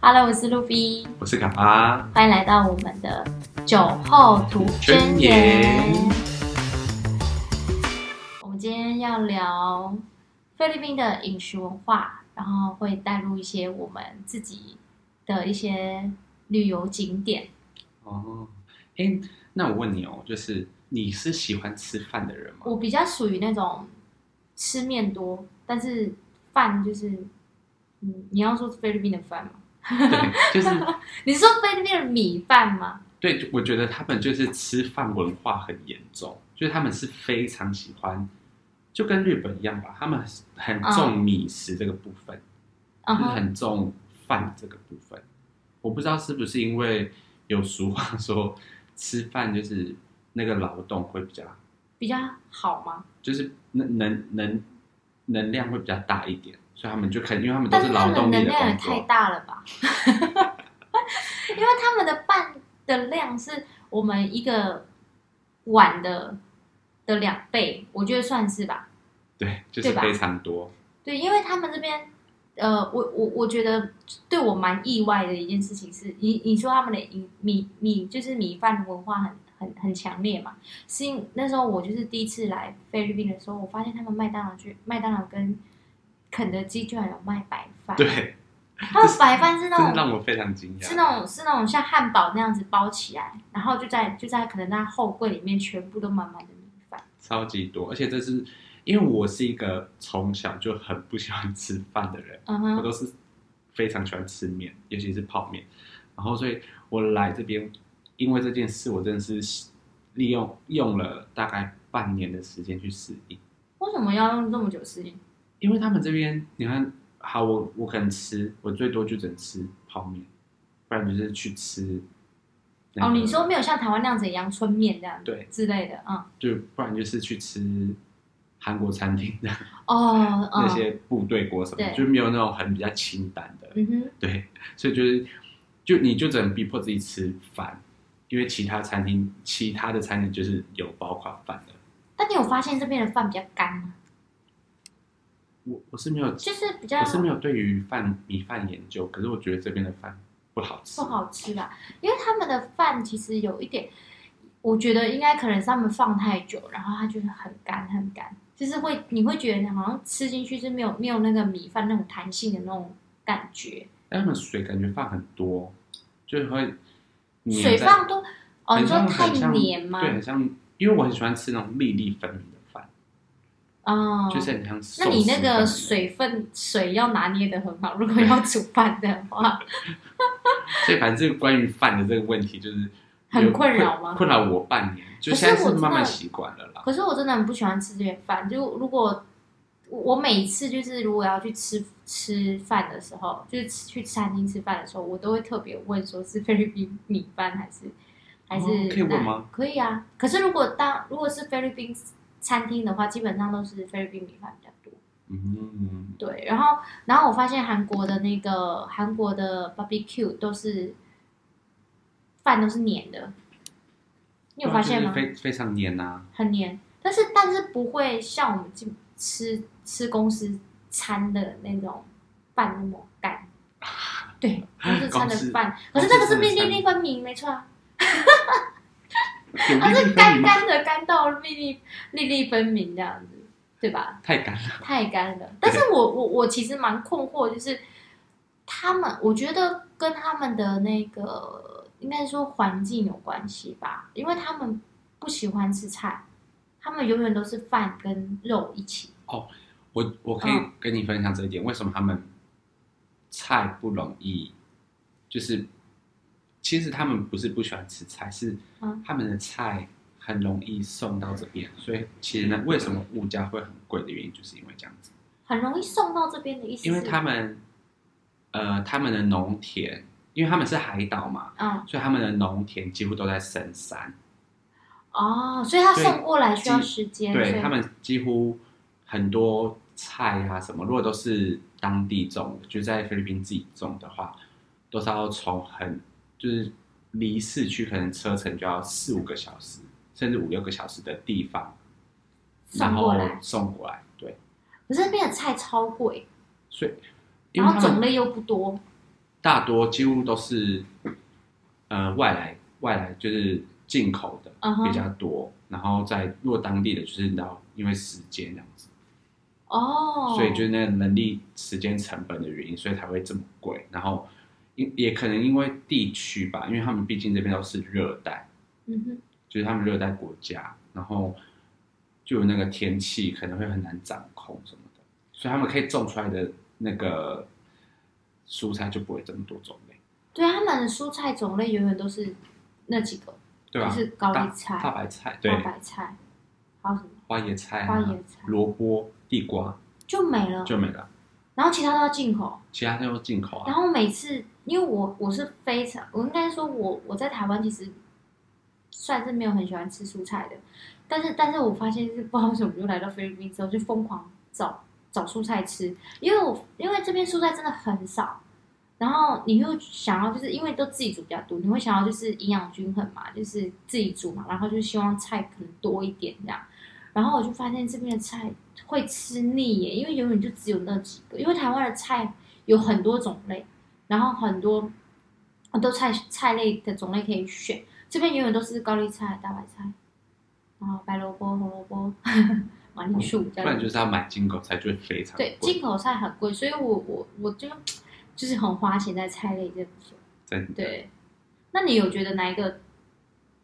Hello，我是露比，我是卡巴。欢迎来到我们的酒后吐真真言言。我们今天要聊菲律宾的饮食文化，然后会带入一些我们自己的一些旅游景点。哦，哎，那我问你哦，就是你是喜欢吃饭的人吗？我比较属于那种吃面多，但是饭就是，嗯，你要说菲律宾的饭吗？对，就是你是说菲律宾的米饭吗？对，我觉得他们就是吃饭文化很严重，就是他们是非常喜欢，就跟日本一样吧，他们很重米食这个部分，嗯就是哼，很重饭这个部分。我不知道是不是因为有俗话说，吃饭就是那个劳动会比较，比较好吗？就是能能能能量会比较大一点，所以他们就可能因为他们都但是他劳们动能力的量也工太作，大了吧？ 因为他们的饭的量是我们一个碗的的两倍，我觉得算是吧。对，就是对吧非常多。对，因为他们这边，呃，我我我觉得对我蛮意外的一件事情是，你你说他们的米米米就是米饭文化很很很强烈嘛，是因那时候我就是第一次来菲律宾的时候，我发现他们麦当劳去麦当劳跟肯德基居然有卖白饭，对，他们白饭是那这种让我非常惊讶。是那种是那种像汉堡那样子包起来，然后就在就在可能那后柜里面全部都满满的米饭。超级多，而且这是因为我是一个从小就很不喜欢吃饭的人，嗯我哼，都是非常喜欢吃面，尤其是泡面。然后，所以我来这边，因为这件事，我真的是利用用了大概半年的时间去适应。为什么要用这么久时间？因为他们这边，你看，好，我我可能吃，我最多就只能吃泡面，不然就是去吃、那哦，个你说没有像台湾那样子阳春面这样子嗯对，之类的，嗯，就不然就是去吃韩国餐厅的。哦，嗯，那些部队锅什么的，对就没有那种很比较清淡的，嗯哼，对，所以就是就你就只能逼迫自己吃饭，因为其他餐厅其他的餐厅就是有包括饭的，但你有发现这边的饭比较干吗？我我是没有，就是比较我是没有对于饭米饭研究，可是我觉得这边的饭不好吃，不好吃啦，因为他们的饭其实有一点，我觉得应该可能是他们放太久，然后它就是很干很干，就是会你会觉得好像吃进去是没有没有那个米饭那种弹性的那种感觉，但他们水感觉放很多，就是会黏水在放多哦，很你说像太很像黏吗？对，很像，因为我很喜欢吃那种粒粒分明的饭，哦，就是很像寿那你司那分明个的水分水要拿捏的很好，如果要煮饭的话，所以反正这个关于饭的这个问题，就是很困扰吗困扰我半年，就可是现在我是真的慢慢习惯了啦。可是我真的很不喜欢吃这边饭，就如果我我每次就是如果要去吃吃饭的时候，就是吃去餐厅吃饭的时候，我都会特别问说是 菲律宾米饭还是还是、哦可以问吗？可以啊。可是如果当如果是菲律宾餐厅的话，基本上都是菲律宾米饭比较多。嗯，对，然后然后我发现韩国的那个韩国的 barbecue 都是饭都是黏的，你有发现吗啊就是？非非常黏啊，很黏，但是但是不会像我们进吃吃公司餐的那种饭那么干。对，公司餐的饭，可啊公是司那个是公司粒餐粒粒分明，没错啊，有它粒是粒分干明吗？干的，干到粒粒粒粒分明这样子，对吧？太干了，太干了。但是我我我其实蛮困惑，就是他们，我觉得跟他们的那个应该说环境有关系吧，因为他们不喜欢吃菜，他们永远都是饭跟肉一起。我我可以嗯跟你分享这一点，为什么他们菜不容易，就是其实他们不是不喜欢吃菜，是嗯他们的菜很容易送到这边，所以其实呢，为什么物价会很贵的原因，就是因为这样子。很容易送到这边的意思是，因为他们，呃，他们的农田，因为他们是海岛嘛，嗯所以他们的农田几乎都在深山，哦，所以他对送过来需要几时间，所对以他们几乎很多菜啊什么，如果都是当地种的，就在菲律宾自己种的话，都是要从很就是离市区可能车程就要四五个小时，甚至五六个小时的地方，然送过后来。送过来，对，可是那边的菜超贵，所以因然为后他种们类又不多，大多几乎都是呃外来外来就是进口的嗯哼比较多然后在如果当地的就是你知道因为时间这样子，哦，所以就是那个人力时间成本的原因，所以才会这么贵。然后因也可能因为地区吧，因为他们毕竟这边都是热带，嗯哼，就是他们热带国家，然后就有那个天气可能会很难掌控什么的，所以他们可以种出来的那个蔬菜就不会这么多种类，对他们的蔬菜种类永远都是那几个，对吧、就啊？是高大丽菜、大白菜，对，大白菜，还有什么花椰菜、啊花椰菜萝卜、地瓜就没了，就没哦了，然后其他都要进口。其他都是进口然啊。后每次，因为我我是非常，我应该说我我在台湾其实算是没有很喜欢吃蔬菜的，但是但是我发现是不知道为什么，就来到菲律宾之后就疯狂找找蔬菜吃，因为我因为这边蔬菜真的很少，然后你又想要就是因为都自己煮比较多，你会想要就是营养均衡嘛，就是自己煮嘛，然后就希望菜可能多一点这样。然后我就发现这边的菜会吃腻耶，因为永远就只有那几个，因为台湾的菜有很多种类，然后很多很多菜菜类的种类可以选，这边永远都是高丽菜、大白菜，然后白萝卜、红萝卜、 马铃薯哦不这样然子。就是要买进口菜，就会非常对，贵，进口菜很贵，所以我我我就就是很花钱在菜类这部分。真的。对，那你有觉得哪一个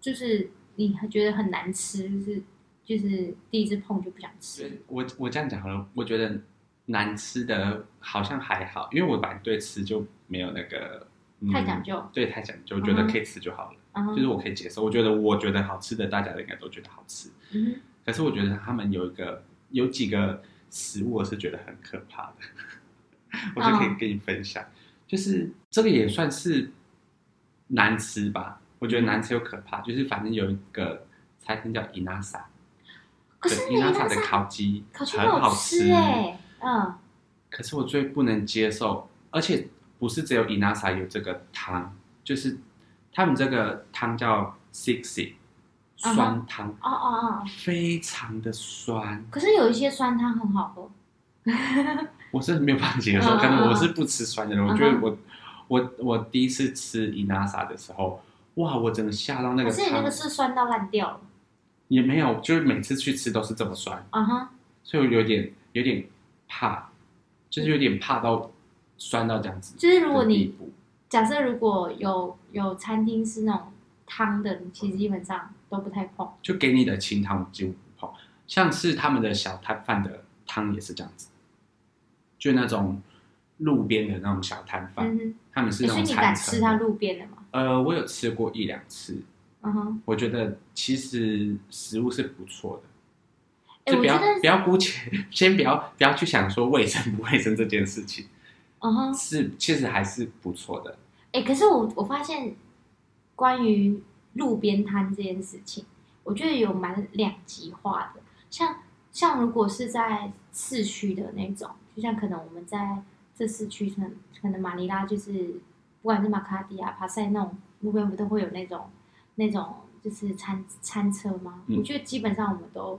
就是你还觉得很难吃，就是就是第一次碰就不想吃？我我这样讲好了，我觉得难吃的好像还好，因为我本来对吃就没有那个、嗯太讲究对，太讲究，觉得可以吃就好了，啊、就是我可以接受。我觉得我觉得好吃的，大家应该都觉得好吃。嗯可是我觉得他们有一个有几个食物，我是觉得很可怕的， 我就可嗯以跟你分享。就是这个也算是难吃吧，我觉得难吃又可怕。就是反正有一个餐厅叫伊娜萨，哼，可是对，伊你娜啊那萨的是烤鸡烤全很好吃哎、嗯，可是我最不能接受，而且不是只有伊娜萨有这个汤，就是他们这个汤叫 sixi 嗯哼酸汤哦哦哦，非常的酸，可是有一些酸汤很好喝，我是没有办法接嗯受。嗯嗯可能我是不吃酸的人，我嗯哼觉得我我我第一次吃伊娜萨的时候，哇，我整个吓到那可个是你那个汤是酸到烂掉了，也没有，就是每次去吃都是这么酸。啊哈，所以我有点有点怕，就是有点怕到酸到这样子。就是如果的地你步假设如果有有餐厅是那种汤的，你其实基本上都不太碰。就给你的清汤我几乎不碰，像是他们的小摊贩的汤也是这样子，就那种路边的那种小摊贩，嗯哼，他们是欸那所以种你餐敢吃它车的。路边的吗？呃，我有吃过一两次，嗯哼，我觉得其实食物是不错的。哎、就我不要觉得不，要姑且，先不要不要去想说卫生不卫生这件事情，嗯哼，是其实还是不错的。 哎、可是我我发现关于路边摊这件事情，我觉得有蛮两极化的。像像如果是在市区的那种，就像可能我们在这市区，可能可能马尼拉就是不管是马卡蒂啊、帕塞那种路边不都会有那种那种就是餐餐车吗？嗯我觉得基本上我们都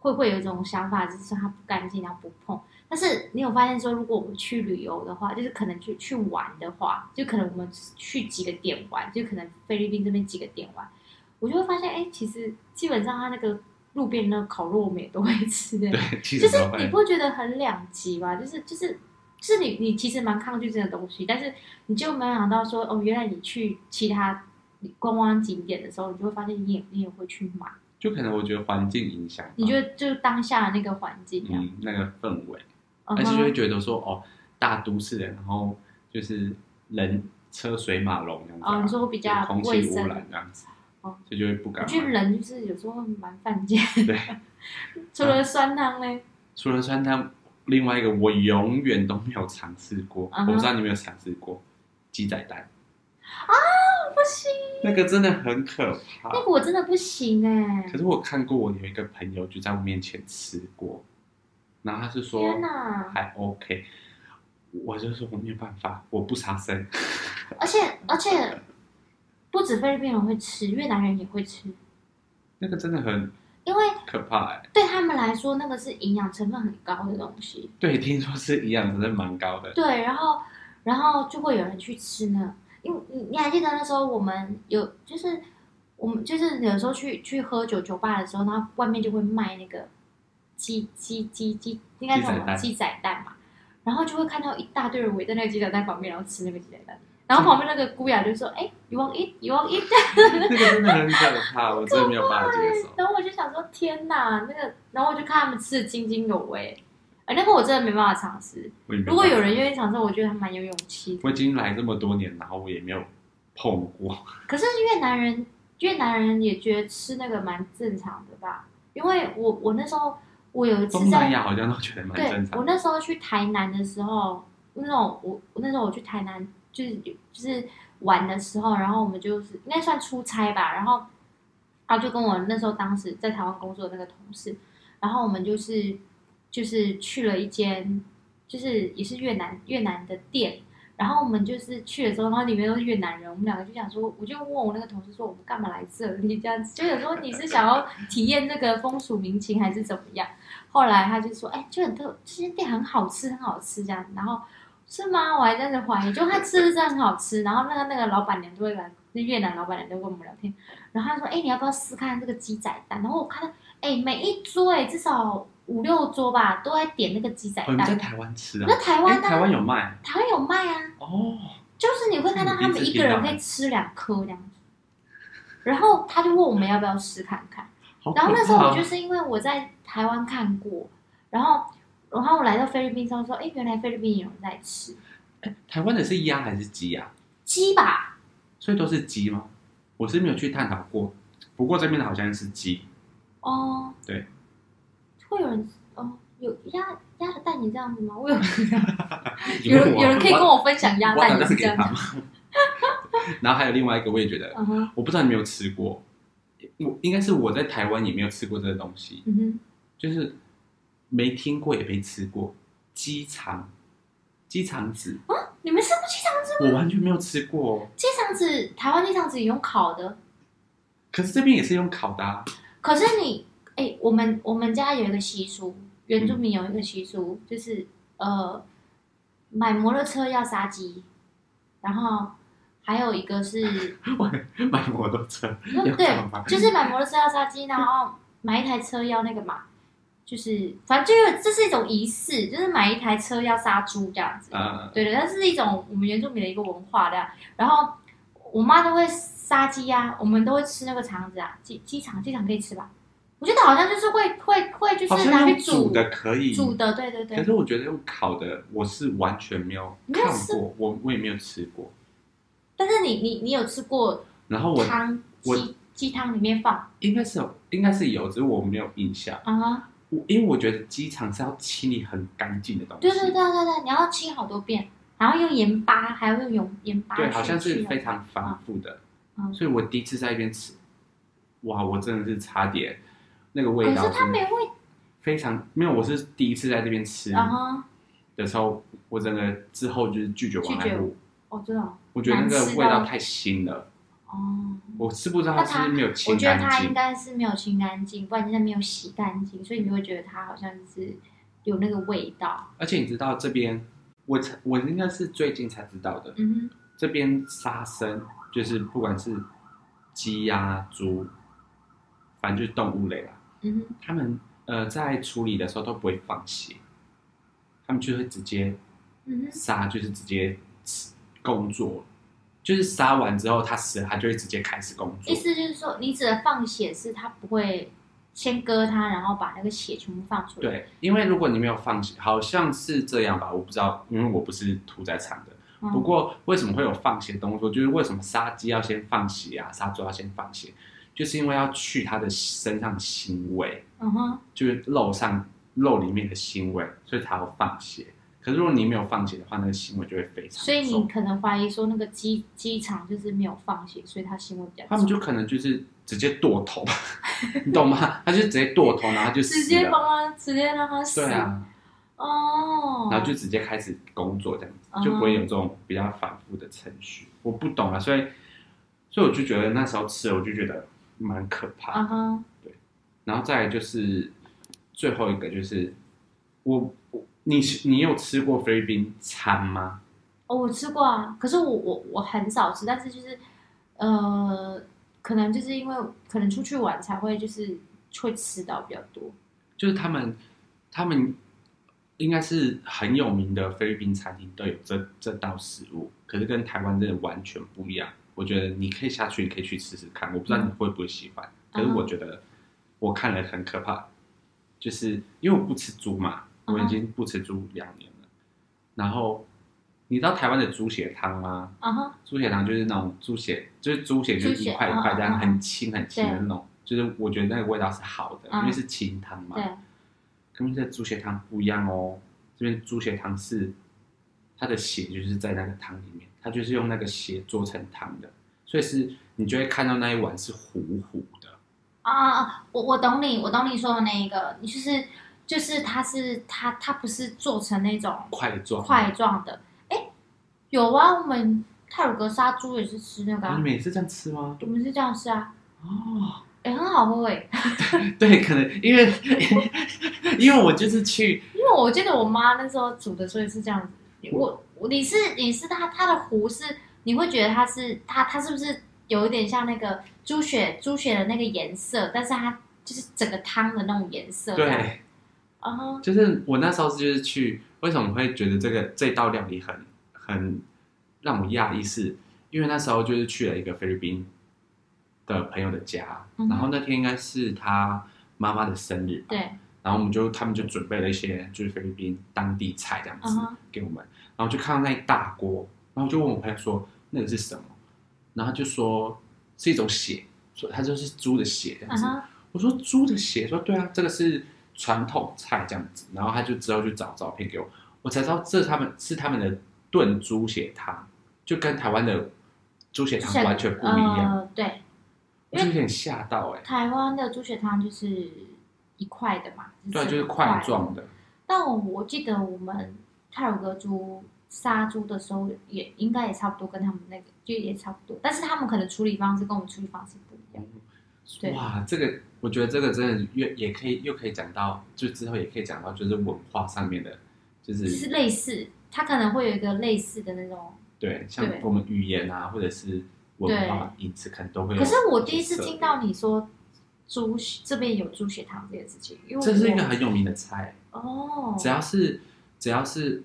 会会有一种想法，就是它不干净，然后不碰。但是你有发现说，如果我们去旅游的话，就是可能去去玩的话，就可能我们去几个点玩，就可能菲律宾这边几个点玩，我就会发现，哎、其实基本上它那个路边那个烤肉我们也都会吃的，对，其就实是都会你不会觉得很两极吗？就是就是就是你你其实蛮抗拒这个东西，但是你就没有想到说，哦，原来你去其他观光景点的时候，你就会发现你也你也会去买，就可能我觉得环境影响吧，你觉得就是当下的那个环境这样，嗯那个氛围，嗯而且就哼会觉得说哦，大都市人，然后就是人车水马龙这样子啊、哦你说比较就是空卫气污生染这样子，哦所以就会不敢我觉得买。人就是有时候蛮犯贱，对， 除了酸汤呢，除了酸汤，另外一个我永远都没有尝试过，嗯哼我不知道你有没有尝试过鸡仔蛋，不行，那个真的很可怕。那个我真的不行哎、可是我看过，我有一个朋友就在我面前吃过，然后他是说天哪！还 OK，我就说我没有办法，我不杀生。而且而且，不止菲律宾人会吃，越南人也会吃，那个真的很因为可怕哎、对他们来说，那个是营养成分很高的东西。对，听说是营养成分蛮高的，对，然后然后就会有人去吃呢。因为你你还记得那时候我们有就是我们就是有时候去去喝酒酒吧的时候，然后外面就会卖那个鸡鸡鸡鸡，应该是什鸡仔么蛋鸡仔蛋嘛，然后就会看到一大堆人围在那个鸡仔蛋旁边，然后吃那个鸡仔蛋。然后旁边那个姑雅就说：“哎、you want eat? You want eat？” 那个真的很可 怕，我真的没有办法接受。然后我就想说，天哪，那个，然后我就看他们吃的津津有味，哎，那个我真的没办法尝试。我也没如办法果有人，愿意尝试，我觉得还蛮有勇气的。我已经来这么多年，然后我也没有碰过，可是越南人，越南人也觉得吃那个蛮正常的吧？因为我我那时候我有一次东南在亚好像都觉得蛮对正，常我。那时候去台南的时候，那种我我那时候我去台南就是就是玩的时候，然后我们就是应该算出差吧，然后啊就跟我那时候当时在台湾工作的那个同事，然后我们就是就是去了一间就是也是越南越南的店。然后我们就是去的时候，然后里面都是越南人，我们两个就想说，我就问我那个同事说，我们干嘛来这里？这样子，就想说你是想要体验那个风俗民情还是怎么样？后来他就说，哎、就很特，这间店很好吃，很好吃这样。然后是吗？我还在那怀疑，就他吃的真的很好吃。然后那个那个老板娘就会来，那越南老板娘就跟我们聊天。然后他说，哎、你要不要试看这个鸡仔蛋？然后我看到，哎、每一桌哎、至少五六桌吧，都在点那个鸡仔哦，你们在蛋。台湾吃啊那？台哎湾呢？台湾有卖台湾有卖啊。哦，就是你会看到他们一个人可以吃两颗这样子，然后他就问我们要不要试看看，好可然后那时候我就怕！是因为我在台湾看过，然后然后我来到菲律宾之后说，哎，原来菲律宾也有人在吃台湾的是鸭还是鸡啊？鸡吧，所以都是鸡吗？我是没有去探讨过，不过这边的好像是鸡，哦，对，会有人哦有鸭鸭的蛋也这样子吗？我有 因有为人我有人可以跟我分享鸭我打蛋也算是给这样他子，们。 然后还有另外一个，我也觉得，嗯哼我不知道你有没有吃过，我应该是我在台湾也没有吃过这个东西，嗯哼，就是没听过也没吃过鸡肠，鸡肠子，你们吃过鸡肠子？我完全没有吃过。哦鸡肠子台湾鸡肠子也用烤的，可是这边也是用烤的、啊， 可是你，哎、我们我们家有一个习俗，原住民有一个习俗，就是呃，买摩托车要杀鸡，然后还有一个是，我买摩托车要干嘛嗯对，？就是买摩托车要杀鸡，然后买一台车要那个嘛，就是反正就是这是一种仪式，就是买一台车要杀猪这样子。呃，对对，它是一种我们原住民的一个文化的。然后我妈都会杀鸡啊，我们都会吃那个肠子啊，鸡鸡肠，鸡肠可以吃吧？我觉得好像就是会会会就好是拿像去用煮煮的可以，煮的，对对可对。是我觉得用烤的，我是完全没有没有看吃过，我我也没有吃过。但是你你你有吃过然后我汤我鸡鸡汤里面放应该是有，应该是有，只是我没有印象。啊哈？我因为我觉得鸡肠是要清理很干净的东西，对对对啊对对，你要清好多遍，然后用盐巴，还要用盐盐巴去。对好像去啊是那非个常繁复的。嗯所以我第一次在那边吃，哇，我真的是差点那个味可道，是它没味非常没有。我是第一次在这边吃啊哈！的时候，我真的之后就是拒绝往来拒路，哦，真的哦我觉得那难吃个到味道太腥了，哦。我是不知道那它是不它是没有我清觉得干他应净。该是没有清干净，不然就是没有洗干净，所以你会觉得它好像是有那个味道。而且你知道这边，我才我应该是最近才知道的，嗯这边杀生就是不管是鸡呀、猪，反正就是动物类啦，哼，嗯哼，他们呃在处理的时候都不会放血，他们就会直接嗯哼，杀，就是直接吃工作，就是杀完之后他死了，他就会直接开始工作意。思就是说，你指的放血是它不会先割它，然后把那个血全部放出来。，对，因为如果你没有放血，好像是这样吧，我不知道，因为我不是屠宰场的。嗯、不过为什么会有放血动作？就是为什么杀鸡要先放血啊，杀猪要先放血，就是因为要去它的身上的腥味，嗯哼，就是肉上肉里面的腥味，所以才要放血。可是如果你没有放血的话，那个腥味就会非常重。所以你可能怀疑说那个鸡鸡肠就是没有放血，所以它腥味比较重。他们就可能就是直接剁头， 你懂吗？他就直接剁头，然后就直死接了。帮它，直接让它死。对啊，哦，然后就直接开始工作这样嗯子，就不会有这种比较反复的程序。我不懂啊，所以所以我就觉得那时候吃了，我就觉得蛮可怕啊的。哈，然后再来就是最后一个就是我我你你有吃过菲律宾餐吗？哦，我吃过啊，可是我我我很少吃，但是就是呃，可能就是因为可能出去玩才会就是会吃到比较多。就是他们，他们应该是很有名的菲律宾餐厅都有这这道食物，可是跟台湾真的完全不一样。我觉得你可以下去，你可以去试试看，我不知嗯道你会不会喜欢。可是我觉得我看了很可怕，就是因为我不吃猪嘛，嗯我已经不吃猪两年了。然后你知道台湾的猪血汤吗？啊哈，猪血汤就是那种猪血，就是猪血就是猪一血块一嗯块嗯这样嗯很轻很轻的对那种，就是我觉得那个味道是好的，嗯因为是清汤嘛。对，啊跟这猪血汤不一样哦。这边猪血汤是它的血就是在那个汤里面，它就是用那个血做成汤的，所以是你就会看到那一碗是糊糊的。啊啊啊！我我懂你，我懂你说的那一个，你就是就是它是它它不是做成那种块状，块状的，哎，有啊，我们泰鲁格杀猪也是吃那个、你啊，每次这样吃吗？我们是这样吃啊，哦，哎，很好喝哎、 对，可能因为因为我就是去，因为我记得我妈那时候煮的时候也是这样子，我我你是你是它它的糊是，你会觉得它是它它是不是有一点像那个猪血猪血的那个颜色，但是它就是整个汤的那种颜色，对，啊哈，就是我那时候就是去，为什么会觉得这个这道料理很很让我讶异是？因为那时候就是去了一个菲律宾的朋友的家，嗯哼然后那天应该是他妈妈的生日吧， 对，然后我们就他们就准备了一些就是菲律宾当地菜这样子嗯哼给我们，然后就看到那一大锅，然后就问我朋友说那个是什么，然后他就说是一种血，说它就是猪的血这样啊子，哈，我说猪的血，说对啊，这个是传统菜这样子。然后他就之后就找照片给我，我才知道这是他们是他们的炖猪血汤，就跟台湾的猪血汤完全不一样，呃，对，我就有点吓到哎、欸。台湾的猪血汤就是一块的嘛，对啊，就是整块块。状的，但我我记得我们泰鲁格猪杀猪的时候也，应该也差不多跟他们那个就也差不多，但是他们可能处理方式跟我们处理方式不一样。对哇，这个我觉得这个真的越也可以又可以讲到，就之后也可以讲到，就是文化上面的，就就是是类似，它可能会有一个类似的那种。对，像对我们语言啊，或者是文化饮食，可能都会有可特色。是我第一次听到你说猪血这边有猪血汤这件事情，因为我这是一个很有名的菜，哦，只要是只要是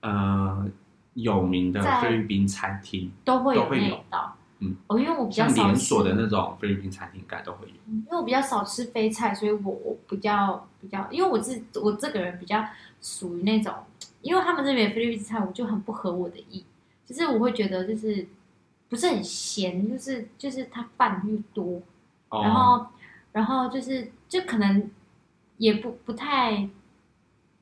呃有名的在菲律宾餐厅，都会都有会那有一道。嗯，哦，因为我比较像少连锁吃嗯的那种菲律宾餐厅应该都会有。因为我比较少吃非菜，所以我我比较比较，因为我自我这个人比较属于那种，因为他们这边的菲律宾菜，我就很不合我的意，就是我会觉得就是不是很咸，就是就是它饭又多，哦，然后然后就是就可能也不不太，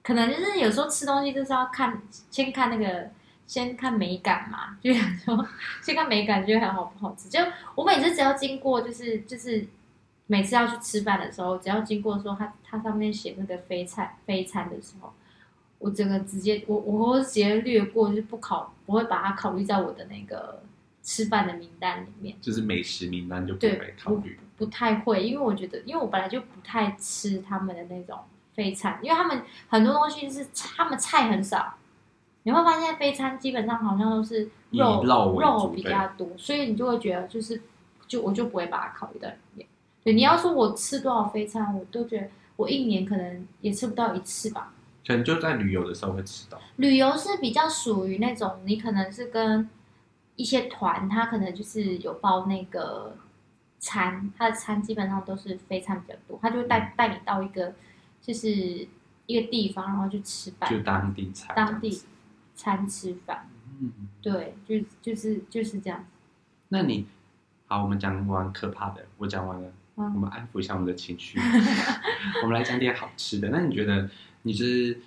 可能就是有时候吃东西就是要看先看那个。先看美感嘛，就想说先看美感，觉得好不好吃。就我每次只要经过，就是就是每次要去吃饭的时候，只要经过说它它上面写那个非菜非餐的时候，我整个直接我我会直接略过，就是不考不会把它考虑在我的那个吃饭的名单里面。就是美食名单就不对会，考我不虑。不太会，因为我觉得，因为我本来就不太吃他们的那种非餐，因为他们很多东西是他们菜很少，你会发现非餐基本上好像都是以肉肉为主比对较多，所以你就会觉得就是就我就不会把它考虑到里面。对，你要说我吃多少非餐，我都觉得我一年可能也吃不到一次吧。可能就在旅游的时候会吃到。旅游是比较属于那种你可能是跟一些团，他可能就是有包那个餐，他的餐基本上都是非餐比较多，他就会带带你到一个就是一个地方，然后去吃就饭，当地菜，当地。餐吃饭，嗯，对，就就是就是这样。那你好，我们讲完可怕的，我讲完了，我嗯，们安抚一下我们的情 绪，我们来讲点好吃的。那你觉得你就是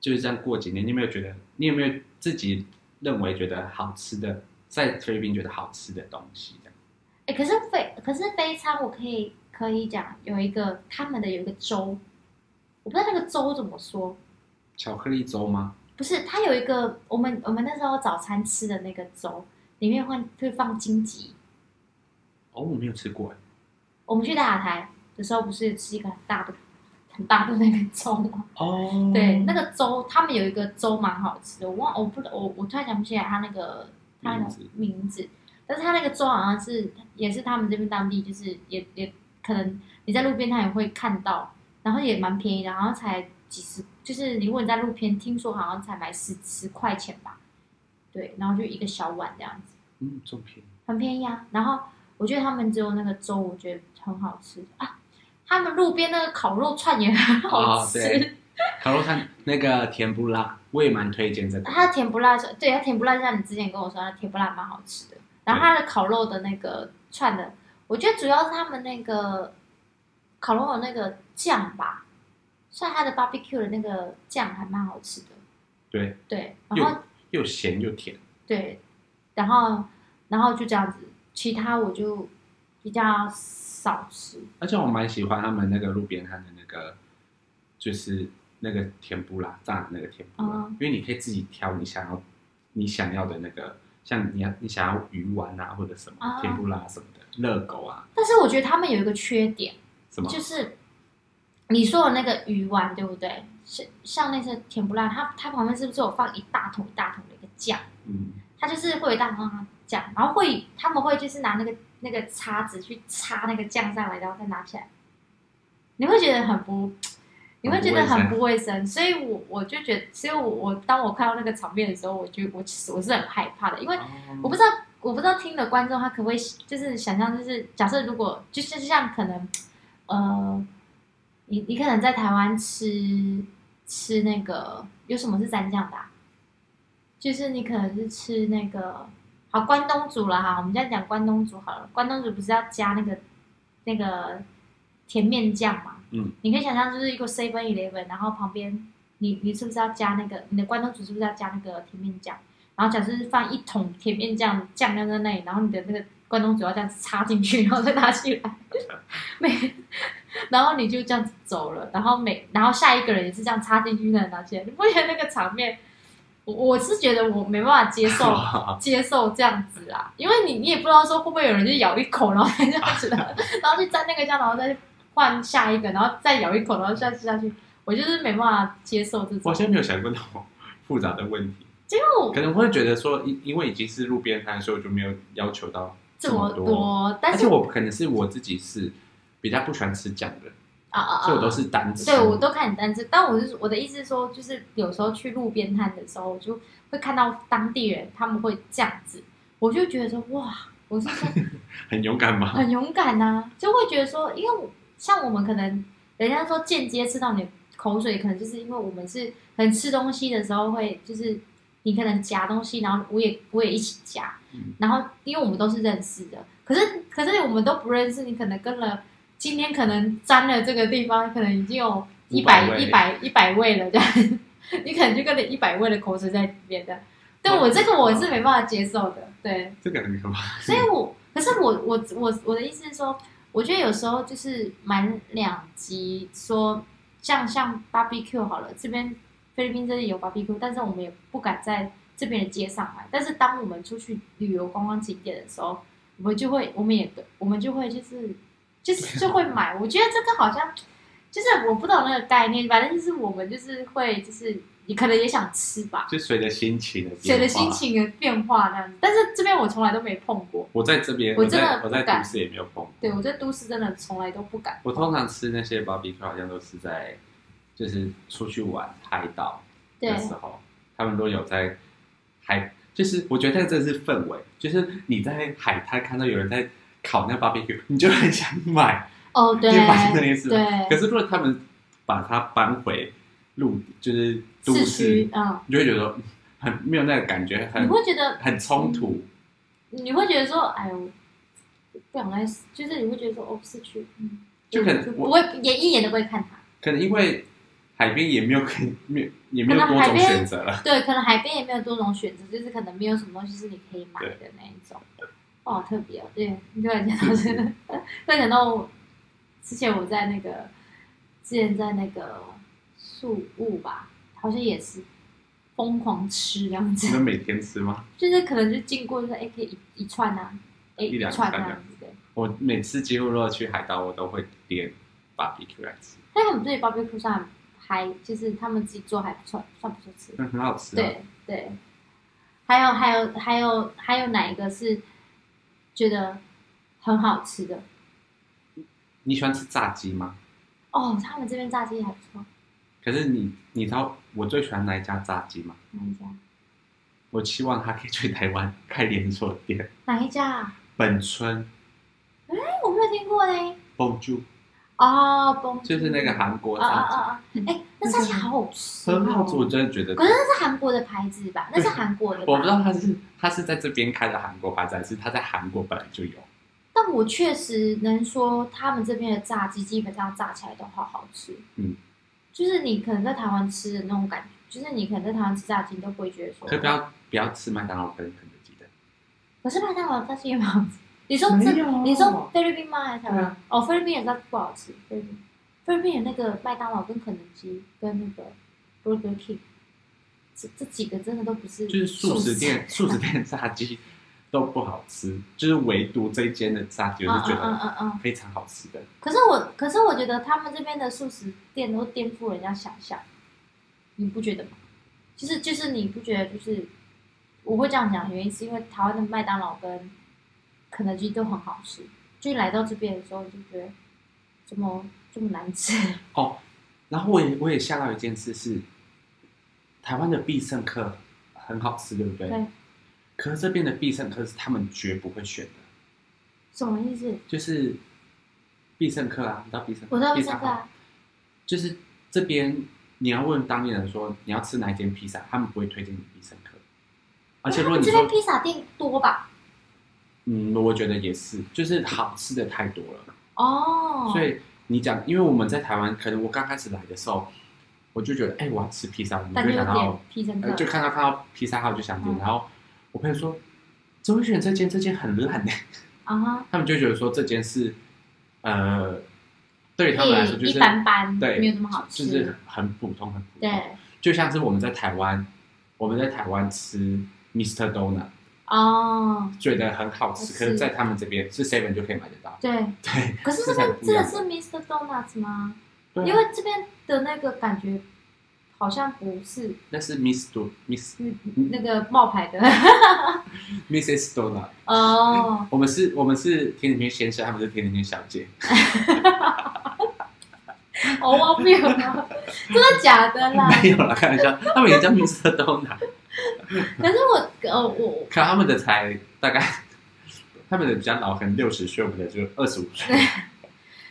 就是这样过几年，你有没有觉得你有没有自己认为觉得好吃的，在菲律宾觉得好吃的东西？这样哎、可是非可是非餐，我可以可以讲有一个他们的有一个粥，我不知道那个粥怎么说，巧克力粥吗？不是，它有一个我们我们那时候早餐吃的那个粥，里面会会放荆棘。哦，我没有吃过哎。我们去大海台的时候，不是吃一个很大的很大的那个粥嘛。哦，对，那个粥他们有一个粥蛮好吃的，我忘我不我我突然想不起来它那个它的名字名字，但是它那个粥好像是也是他们这边当地就是也也可能你在路边他也会看到，然后也蛮便宜的，好像才几十，就是如果你在路边听说好像才买十十块钱吧，对，然后就一个小碗这样子，嗯，这么便宜很便宜啊。然后我觉得他们只有那个粥，我觉得很好吃啊。他们路边那个烤肉串也很好哦吃，对，烤肉串那个甜不辣，我也蛮推荐这个。它的甜不辣是，对它甜不辣，就像你之前跟我说，它甜不辣蛮好吃的。然后它的烤肉的那个串的，我觉得主要是他们那个烤肉的那个酱吧，像它的 barbecue 的那个酱还蛮好吃的。对，对，然后又又咸又甜。对，然后然后就这样子，其他我就比较少吃。而且我蛮喜欢他们那个路边摊的那个，就是那个甜不辣炸的那个甜不辣，嗯因为你可以自己挑你想要你想要的那个，像你要你想要鱼丸啊或者什么、啊甜不辣什么的，热狗啊但是我觉得他们有一个缺点，什么，就是你说的那个鱼丸，对不对？像像那些甜不辣，它它旁边是不是有放一大桶一大桶的一个酱？嗯，它就是会有一大桶的酱，然后会他们会就是拿那个那个叉子去插那个酱上来，然后再拿起来。你会觉得很不，你会觉得很不卫生，所以我我就觉得，所以我我当我看到那个场面的时候，我就我其实我是很害怕的，因为嗯哦我不知道，我不知道听的观众他可不可以，就是想象，就是假设如果就是像可能，呃，你你可能在台湾吃吃那个有什么是蘸酱的啊、就是你可能是吃那个好关东煮了哈，我们现在讲关东煮好了，关东煮不是要加那个那个甜面酱嘛？嗯，你可以想象就是一个 seven eleven，然后旁边你你是不是要加那个你的关东煮是不是要加那个甜面酱？然后假设是放一桶甜面酱酱料在那里，然后你的那个关东煮要这样子插进去，然后再拿起来， 每，然后你就这样子走了，然后每然后下一个人也是这样插进去再拿起来，你不觉得那个场面？我我是觉得我没办法接受接受这样子啊，因为你你也不知道说会不会有人就咬一口，然后再这样子的，啊 然后去沾那个酱，然后再换下一个，然后再咬一口，然后再吃下去，我就是没办法接受这 种我好，像没有想过那么复杂的问题，因为我可能会觉得说，因因为已经是路边摊，所以我就没有要求到这么么多，而但且是我可能是我自己是比较不喜欢吃酱的，啊啊啊，所以我都是单吃。对，我都看你单吃，但我是我的意思是说，就是有时候去路边摊的时候，我就会看到当地人他们会这样子，我就觉得说哇，我是说很勇敢嘛。很勇敢呐、就会觉得说，因为我像我们可能人家说间接吃到你的口水，可能就是因为我们是可能吃东西的时候会就是你可能夹东西，然后我也我也一起夹，嗯然后因为我们都是认识的，可是可是我们都不认识，你可能跟了今天可能沾了这个地方，可能已经有一500百位一百一百位了这样， 你可能就跟了一百位的口水在里面的。对哦我这个我是没办法接受的，对。 这个很可怕。所以我，可是我我我我的意思是说，我觉得有时候就是蛮两极，说像像 barbecue 好了，这边菲律宾这里有 barbecue，但是我们也不敢在这边的街上买。但是当我们出去旅游观光景点的时候，我们就会，我们也我们就会就是 就是就会买。我觉得这个好像就是我不懂那个概念，反正就是我们就是会就是你可能也想吃吧，就随着心情的变化谁的心。情的变化那样子。但是这边我从来都没碰过。我在这边，我我真的在我在不敢都市也没有碰过。对，我在都市真的从来都不敢。我通常吃那些 barbecue 好像都是在就是出去玩海岛对的时候，他们都有在海，就是我觉得这是氛围，就是你在海滩看到有人在烤那 barbecue，你就很想买，哦，你对，就发现这件事。可对，是如果他们把它搬回陆，就是都市市区，，嗯，你就会觉得很没有那个感觉，你很会觉得，很冲突。你会觉得说，哎呦，不想来，就是你会觉得说，哦，市区，嗯，就可能我不会，也一眼都不会看它。可能因为海边也没有可以没有也没有可能多海种边选择了，对，可能海边也没有多种选择，就是可能没有什么东西是你可以买的那一种。哦，好特别哦，对，你突然讲到这个， 突然讲到我之前我在那个，之前在那个宿务吧，好像也是疯狂吃这样子你。们每天吃吗？就是可能就经过就是哎、可以一一串啊，哎、一两串串这样这样子对。我每次几乎如果去海岛，我都会点 barbecue 来吃，但他们对 barbecue 上还就是他们自己做还不错，算不错吃。那很好吃、啊。对对，还有还有还有还有哪一个是觉得很好吃的？你喜欢吃炸鸡吗？哦，他们这边炸鸡还不错，可是你你知道我最喜欢哪一家炸鸡吗？哪一家？我期望他可以去台湾 开连锁店，哪一家啊？本村哎，我没有听过嘞。 Bonju 哦，崩就是那个韩国啊啊啊炸啊！哎，那炸鸡好好吃鸡， 哦，很好吃，我真的觉得可。是那是韩国的牌子吧？那是韩国的吧，我不知道他是他是在这边开的韩国牌子，还是他在韩国本来就有。但我确实能说，他们这边的炸鸡基本上炸起来都好好吃。嗯，就是你可能在台湾吃的那种感觉，就是你可能在台湾吃炸鸡，你都不会觉得说。可以不要不要吃麦当劳跟肯德基的，可是麦当劳炸鸡也蛮好吃。你说没这有？啊你说菲律宾吗？还是台湾？对啊哦，菲律宾也炸鸡不好吃。菲律宾，菲律宾有那个麦当劳跟肯德基跟那个 Burger King，这这几个真的都不是就是素食店素食店炸鸡都不好吃，就是唯独这一间的炸鸡，嗯我是觉嗯嗯得嗯嗯。非常好吃的。可是我，可是我觉得他们这边的素食店都颠覆人家想象，你不觉得吗？就是就是你不觉得就是我会这样讲，原因是因为台湾的麦当劳跟肯德基都很好吃，就来到这边的时候你就觉得怎么这么难吃？哦，然后我也我也吓到一件事是，台湾的必胜客很好吃，对不对？对。可是这边的必胜客是他们绝不会选的，什么意思？就是必胜客啊，你知道必胜客？我知道必胜客啊，就是这边你要问当地人说你要吃哪一间披萨，他们不会推荐你必胜客。而且如他果们你这边说，披萨店多吧？嗯，我觉得也是，就是好吃的太多了。哦，所以你讲，因为我们在台湾，可能我刚开始来的时候，我就觉得，哎、我要吃披萨，我们就但会就想点到，披胜客呃，就看到看到披萨号就想点，嗯然后我朋友说，怎么会选这间？这间很烂的，啊哈， 他们就觉得说这间是，呃，对于他们来说就一是一般般，对，没有那么好吃，就是很普通，很普通。对，就像是我们在台湾，我们在台湾吃 Mr. Donut，哦，觉得很好吃，是可是在他们这边是 Seven 就可以买得到。 对。对，可是这这才边不一真的样是 Mr. Donuts 吗？对啊因为这边的那个感觉好像不是那是 Miss Do Miss 是那个冒牌 的 Mrs. Donut，哦。我们是，我们是甜甜圈先生，他们是甜甜圈小姐。 好荒谬啊！真的假的 啦？没有啦，开玩笑，他们也叫 Mr. Donut，可是我呃我看他们的才大概，他们的比较老，可能六十岁，我们的就二十五 岁。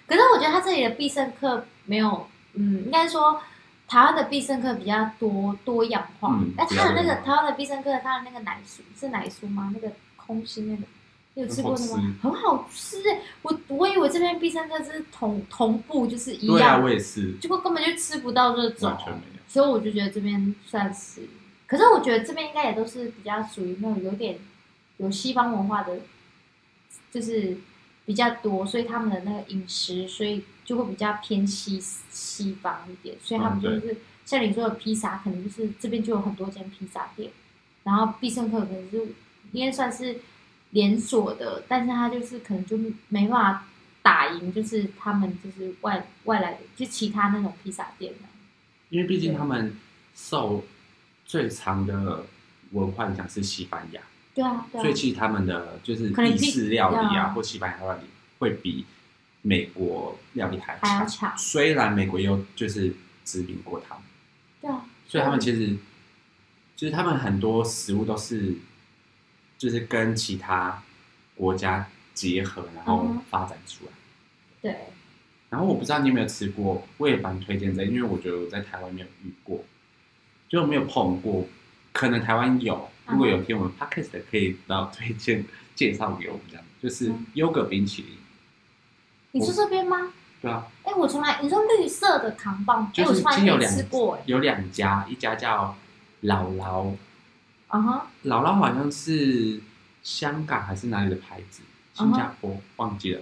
可是我觉得他这里的必胜客没有，嗯，应该说台湾的必胜客比较多多样化嗯。那、它的那比较多个样化台湾的必胜客，它的那个奶酥是奶酥吗？那个空心那个，你有吃过的吗？嗯很好吃，欸我我以为这边必胜客是同同步就是一对啊，样，我也是，结果根本就吃不到这种完，全没有。所以我就觉得这边算是。可是我觉得这边应该也都是比较属于那种有点有西方文化的，就是比较多，所以他们的那个饮食，所以就会比较偏西西方一点，所以他们嗯就对是、像你说的披萨，可能就是这边就有很多间披萨店，然后必胜客可能是应该算是连锁的，但是它就是可能就没办法打赢，就是他们就是外外来的就其他那种披萨店啊因为毕竟他们受最长的文化影响是西班牙，对啊，对啊所以其实他们的就是可能意式料理对啊啊或西班牙料理会比美国料理还还要强。强，虽然美国又就是殖民过他们，对啊，所以他们其实就是他们很多食物都是就是跟其他国家结合，然后嗯哼发展出来。对，然后我不知道你有没有吃过，我也蛮推荐这，因为我觉得我在台湾没有遇过，就没有碰过，可能台湾有。嗯如果有一天我们 podcast 可以然后推荐介绍给我们，这样就是嗯优格冰淇淋，你说这边吗？对啊，哎，我从来你说绿色的扛棒，哎，就我是从来今天有没两吃过，哎，有两家，一家叫姥姥，啊哈，姥姥好像是香港还是哪里的牌子，新加坡、忘记了。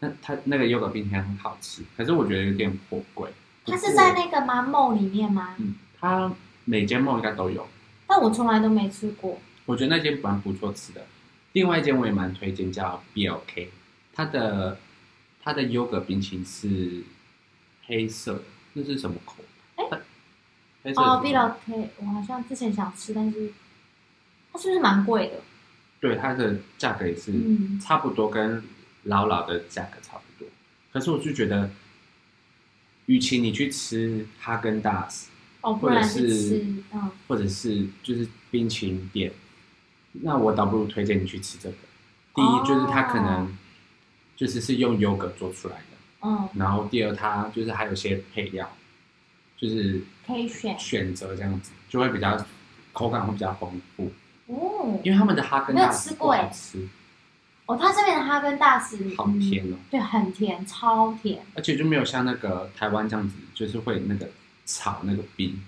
那它那个优格冰淇淋很好吃，可是我觉得有点火贵。它不是过在那个吗梦里面吗？嗯，它每间梦应该都有。但我从来都没吃过，我觉得那间蛮不错吃的。另外一间我也蛮推荐，叫 BLK，它的它的优格冰淇淋是黑色的，那是什么口？黑色的哦，是碧什么老 K，我好像之前想吃，但是它是不是蛮贵的？对它的价格也是嗯差不多，跟老老的价格差不多。可是我就觉得，与其你去吃哈根达斯，哦，不或者然去是吃，嗯，或者是就是冰淇淋店，那我倒不如推荐你去吃这个。第哦一就是它可能就是是用优格做出来的，嗯，然后第二它就是还有些配料，就是可以选选择这样子，就会比较口感会比较丰富。哦，因为他们的哈根达斯没有吃过不好欸吃，哦，它这边的哈根达斯好嗯甜哦，对，很甜，超甜，而且就没有像那个台湾这样子，就是会那个炒那个冰，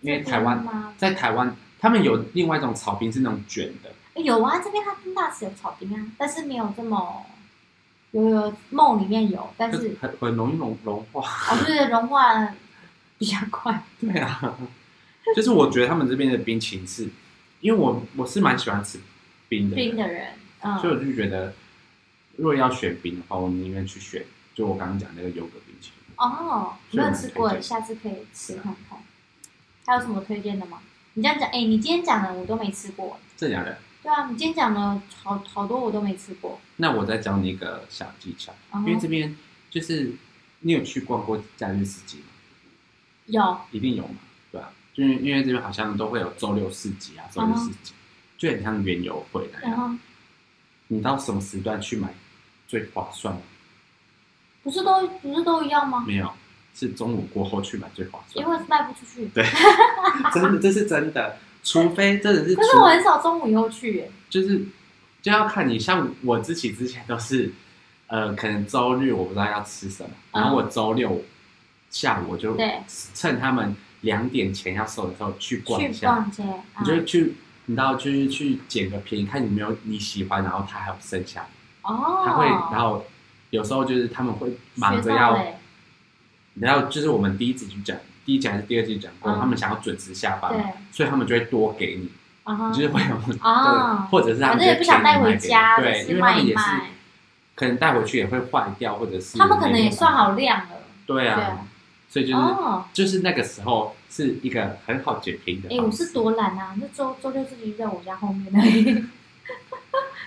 因为台这湾边吗？在台湾他们有另外一种炒冰是那种卷的，有啊，这边哈根达斯有炒冰啊，但是没有这么有有梦里面有，但就是 是很很容易融融化。 哦，就是融化比较快，对啊，就是我觉得他们这边的冰淇淋是，因为我我是蛮喜欢吃冰的人，冰的人，所嗯，以我就觉得，如果要选冰的话，我宁愿去选就我刚刚讲那个优格冰淇淋。哦，没有吃所以我过，们下次可以吃看看。还有什么推荐的吗？你这样讲，哎、你今天讲的我都没吃过，这两人，对啊，你今天讲的好好多我都没吃过，那我再教你一个小技巧，然后因为这边就是你有去逛过假日市集吗？有一定有嘛，对吧、就是因为这边好像都会有周六市集啊，周哦日市集，就很像园游会那然样。后你到什么时段去买最划算？不是都不是都一样吗？没有，是中午过后去买最划算因。为卖不出去。对，真的这是真的，除非真的是，可是我很少中午以后去耶。就是就要看你，像我自己之前都是，呃，可能周日我不知道要吃什么，嗯然后我周六下午我就对趁他们两点前要收的时候去逛一去下，逛街，啊你就去，你到就是去捡个便宜，看有没有你喜欢，然后它还有剩下，哦，他会，然后有时候就是他们会忙着学到要嘞然后就是我们第一集就讲，第一集还是第二集讲过，嗯他们想要准时下班嘛对，所以他们就会多给你，啊哈，就是会有啊对或者是他反们正也不想带回家，就会只是卖便宜卖给你对，因为一他们也卖是。可能带回去也会坏掉，或者是他们可能也算没好量了。对对啊啊，所以就是、哦，就是那个时候是一个很好解评的哎，方我式。是多懒啊！那周周六自己在我家后面而已。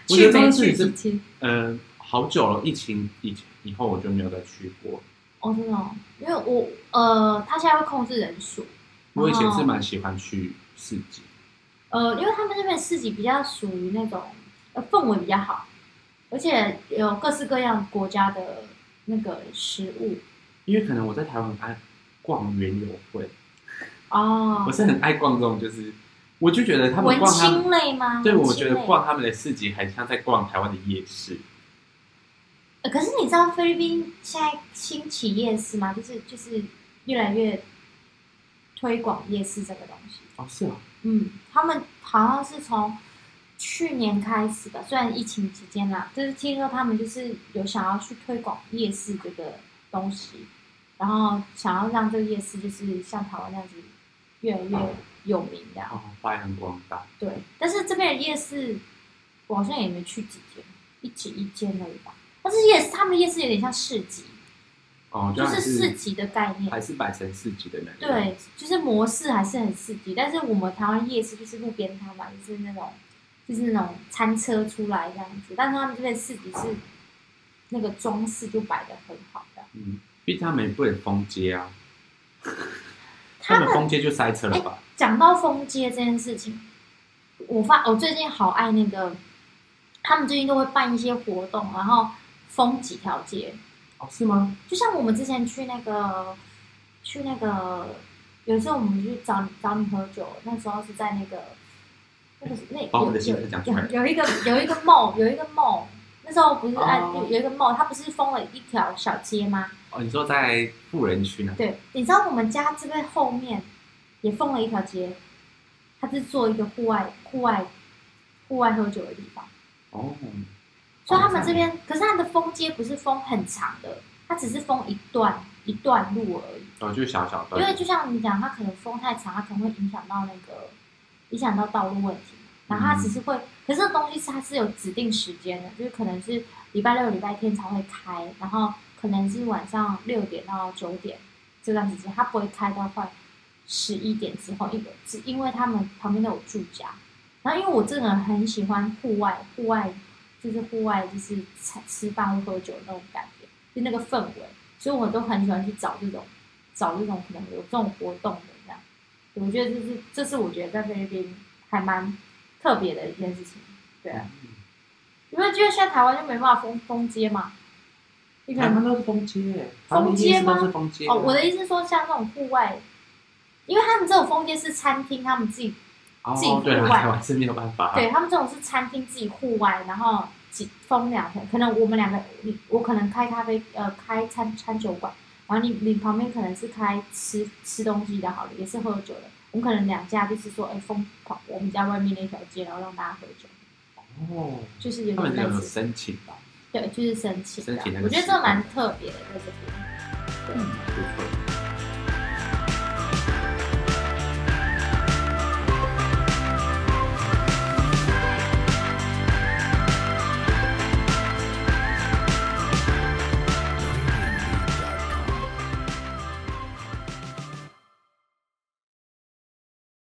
我觉去得没去这件事几情是天？呃，好久了，疫情以前以后我就没有再去过。哦，真的哦，因为我呃，他现在会控制人数。我以前是哦蛮喜欢去市集，呃，因为他们那边市集比较属于那种呃氛围比较好，而且有各式各样国家的那个食物因为可能我在台湾很爱逛园游会，哦我，是很爱逛这种，就是我就觉得他们文逛他们青类吗？对，文我青觉得类、逛他们的市集很像在逛台湾的夜市。呃可是你知道菲律宾现在兴起夜市吗？就是就是越来越推广夜市这个东西。哦，是啊，嗯，他们好像是从去年开始吧，虽然疫情期间啦，就是听说他们就是有想要去推广夜市这个东西，然后想要让这个夜市就是像台湾那样子越来越有名这样。哦，发扬光大。对，但是这边的夜市，我好像也没去几间，一起一间而已吧。但是夜市，他们的夜市有点像市集，哦，就还是市是集的概念。还是摆成市集的那个。对，，就是模式还是很刺激，但是我们台湾夜市就是路边摊嘛，就是那种就是那种餐车出来这样子，但是他们这边市集是那个装饰就摆的很好的。嗯，毕竟他们也不能封街啊，他他们们封街就塞车了吧？讲到封街这件事情，我发我最近好爱那个，他们最近都会办一些活动，然后封几条街，哦，是吗？就像我们之前去那个去那个，有一次我们去找你找你喝酒，那时候是在那个那个那哦把我有们的心有声讲出来有有一个有一个 mall 有一个 mall，那时候不是按、哦有一个 mall，它不是封了一条小街吗？哦，你说在富人区呢？对，你知道我们家这边后面也封了一条街，它是做一个户外户外户外喝酒的地方。哦，所以他们这边，可是它的封街不是封很长的，它只是封一段一段路而已。哦，就是小小因为的，就像你讲，它可能风太长，它可能会影响到那个影响到道路问题。然后它只是会，可是这个东西是它是有指定时间的，就是可能是礼拜六、礼拜天才会开，然后可能是晚上六点到九点这段时间，它不会开到快十一点之后，因为是因为他们旁边都有住家。然后因为我这个人很喜欢户外，户外就是户外就是吃吃饭或喝酒那种感觉，就那个氛围，所以我都很喜欢去找这种找这种可能有这种活动的这样。对我觉得这是这是我觉得在菲律宾还蛮特别的一件事情，对嗯啊，因为就像台湾就没办法封封街嘛，你可台能湾都是封街，封街吗他们夜市都是封街啊。哦，我的意思是说，像那种户外，因为他们这种封街是餐厅，他们自己哦自己户对了，外台湾是没有办法。啊对他们这种是餐厅自己户外，然后几封两天，可能我们两个，你我可能开咖啡，呃，开餐餐酒馆，然后你你旁边可能是开吃吃东西的，好了，也是喝酒的，我们可能两家就是说，哎，封我们家外面那条街，然后让大家喝酒，哦，就是有他点们类这种有似，申请吧，对，就是申请的申请那，个我觉得习这惯蛮特别的在这边。嗯，不错。